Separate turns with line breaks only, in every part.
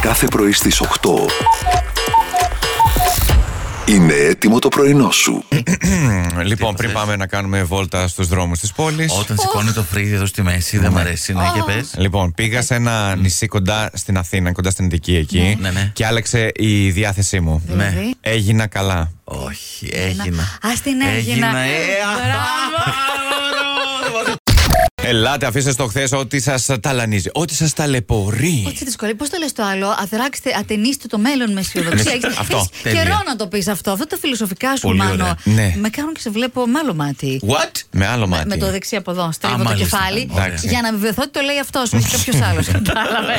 κάθε πρωί στις 8. Είναι έτοιμο το πρωινό σου.
λοιπόν, πριν
θες?
πάμε να κάνουμε βόλτα στους δρόμους της πόλης.
Όταν σηκώνει το φρύδι εδώ στη μέση, δεν μου αρέσει. Ναι, και πες.
Λοιπόν, πήγα σε ένα νησί κοντά στην Αθήνα, κοντά στην Αττική εκεί.
Ναι, ναι.
Και άλλαξε η διάθεσή μου.
Ναι.
Έγινα καλά.
Όχι, έγινα.
Α την έγινα.
ε, α,
Μπράβο.
Ελάτε, αφήστε στο χθες ό,τι σας ταλανίζει, ό,τι σας ταλαιπωρεί.
Έτσι δυσκολεί. Πώς το λες το άλλο, αδράξτε, ατενίστε το μέλλον με αισιοδοξία.
Ναι,
Έχεις-
αυτό,
έχεις
τέλεια.
καιρό να το πεις αυτό. Αυτό τα φιλοσοφικά σου,
Πολύ
Μάνο.
ωραία.
Ναι.
Με κάνουν και σε βλέπω με άλλο μάτι.
What? Με άλλο μάτι.
Με το δεξί από εδώ, στρίβω το
μάλιστα.
κεφάλι.
Εντάξει.
Για να βεβαιωθώ ότι το λέει αυτό, όχι κάποιος άλλος. Κατάλαβε.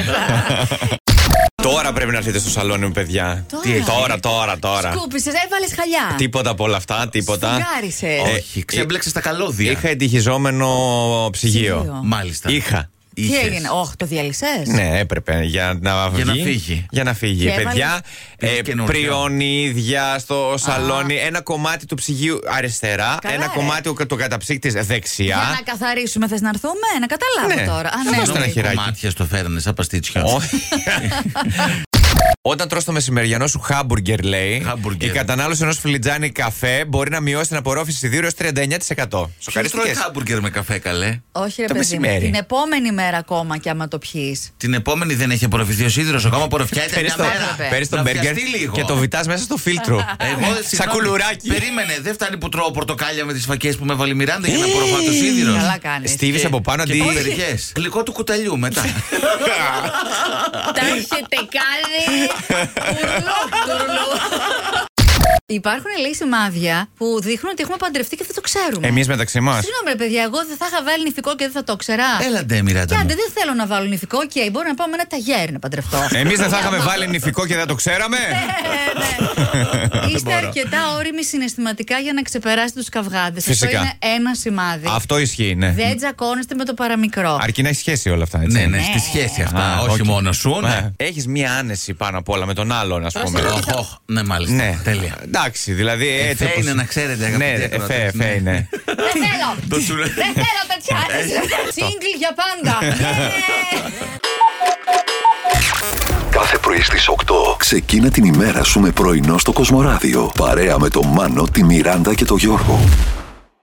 Τώρα πρέπει να έρθετε στο σαλόνι μου, παιδιά.
Τώρα.
Τι έχει? τώρα, τώρα, τώρα.
Σκούπισες, έβαλες χαλιά.
Τίποτα από όλα αυτά, τίποτα.
Σφουγγάρισες.
Ε,
Όχι, ξέμπλεξες τα καλώδια.
Είχα εντυχιζόμενο ψυγείο.
Ψυγείο.
Μάλιστα.
Είχα.
Τι
Είχες.
έγινε, Όχι, το διαλυσέ.
Ναι, έπρεπε για να βγει.
Για να φύγει.
Για να φύγει.
Και έβαλε-
Παιδιά,
Πήγε
ε,
καινούριο.
πριονίδια στο σαλόνι. Ένα κομμάτι του ψυγείου αριστερά.
Καλά,
ένα
ρε.
κομμάτι ο- το καταψύκτης
Για
δεξιά.
να καθαρίσουμε, θες να έρθουμε, να καταλάβω
Ναι.
τώρα. Α,
Να δώστε ένα
ναι.
χεράκι.
Κομμάτια στο φέρνε σαν παστίτσια.
Όχι. Όταν τρως το μεσημεριανό σου χάμπουργκερ, λέει,
Χάμπουργκερ.
η κατανάλωση ενός φιλιτζάνι καφέ μπορεί να μειώσει την απορρόφηση 2 έως 39%.
Ποιος τρώει
Σοκαριστικές.
χάμπουργκερ με καφέ, καλέ.
Όχι, ρε
Το
παιδί μου.
μεσημέρι.
Την επόμενη μέρα ακόμα κι άμα το πιεις.
Την επόμενη δεν έχει απορροφηθεί ο σίδηρος. Ακόμα απορροφιάται
Παίρνεις
μια
το,
μέρα.
παίρνεις το
Να
μπέργκερ
βιαστεί λίγο.
και το βιτάς μέσα στο φίλτρο.
Ε,
Εγώ δεν
Σαν κουλουράκι.
Περίμενε, δεν φτάνει που τρώω πορτοκάλια με τις φακές που με βάλει η Μιράντα για να απορροφά το σίδηρος.
Καλά κάνεις.
Στίβεις από πάνω αντί.
Γλυκό του κουταλιού μετά.
Τα έχετε κάνει. Υπάρχουν λέει σημάδια που δείχνουν ότι έχουμε παντρευτεί και δεν το ξέρουμε.
Εμείς μεταξύ μας.
Συγγνώμη, ρε παιδιά, εγώ δεν θα είχα βάλει νηφικό και δεν θα το ξέρα.
Έλα ντε, Μιράντα.
Και
μου.
άντε, δεν θέλω να βάλω νηφικό. Οκ, μπορώ να πάω με ένα ταγέρι να παντρευτώ.
Εμείς δεν θα είχαμε βάλει νηφικό και δεν το ξέραμε.
Ναι, Ε, ναι. Είστε αρκετά όριμοι συναισθηματικά για να ξεπεράσετε τους καυγάδες. Αυτό
Φυσικά.
είναι ένα σημάδι.
Αυτό ισχύει, ναι.
Δεν τσακώνεστε με το παραμικρό.
Αρκεί να έχει σχέση όλα αυτά, έτσι.
Ναι, ναι, στη σχέση αυτά. Όχι μόνος σου, ναι.
Έχεις μία άνεση πάνω απ' όλα με τον άλλον, ας πούμε.
Οχ, οχ, Ναι,
Ναι.
μάλιστα. Τέλεια.
Εντάξει, δηλαδή έτσι.
Εφέ
όπως-
είναι, να ξέρετε, αγαπητοί
Ναι,
ακροατές,
εφέ, εφέ
ναι.
είναι.
Δεν θέλω!
Το σου λέω.
Δεν θέλω τέτοια Τσίγκλ για πάντα. Ε,
Κάθε πρωί στις 8. Ξεκίνα την ημέρα σου με πρωινό στο Κοσμοράδιο. Παρέα με τον Μάνο, τη Μιράντα και τον Γιώργο.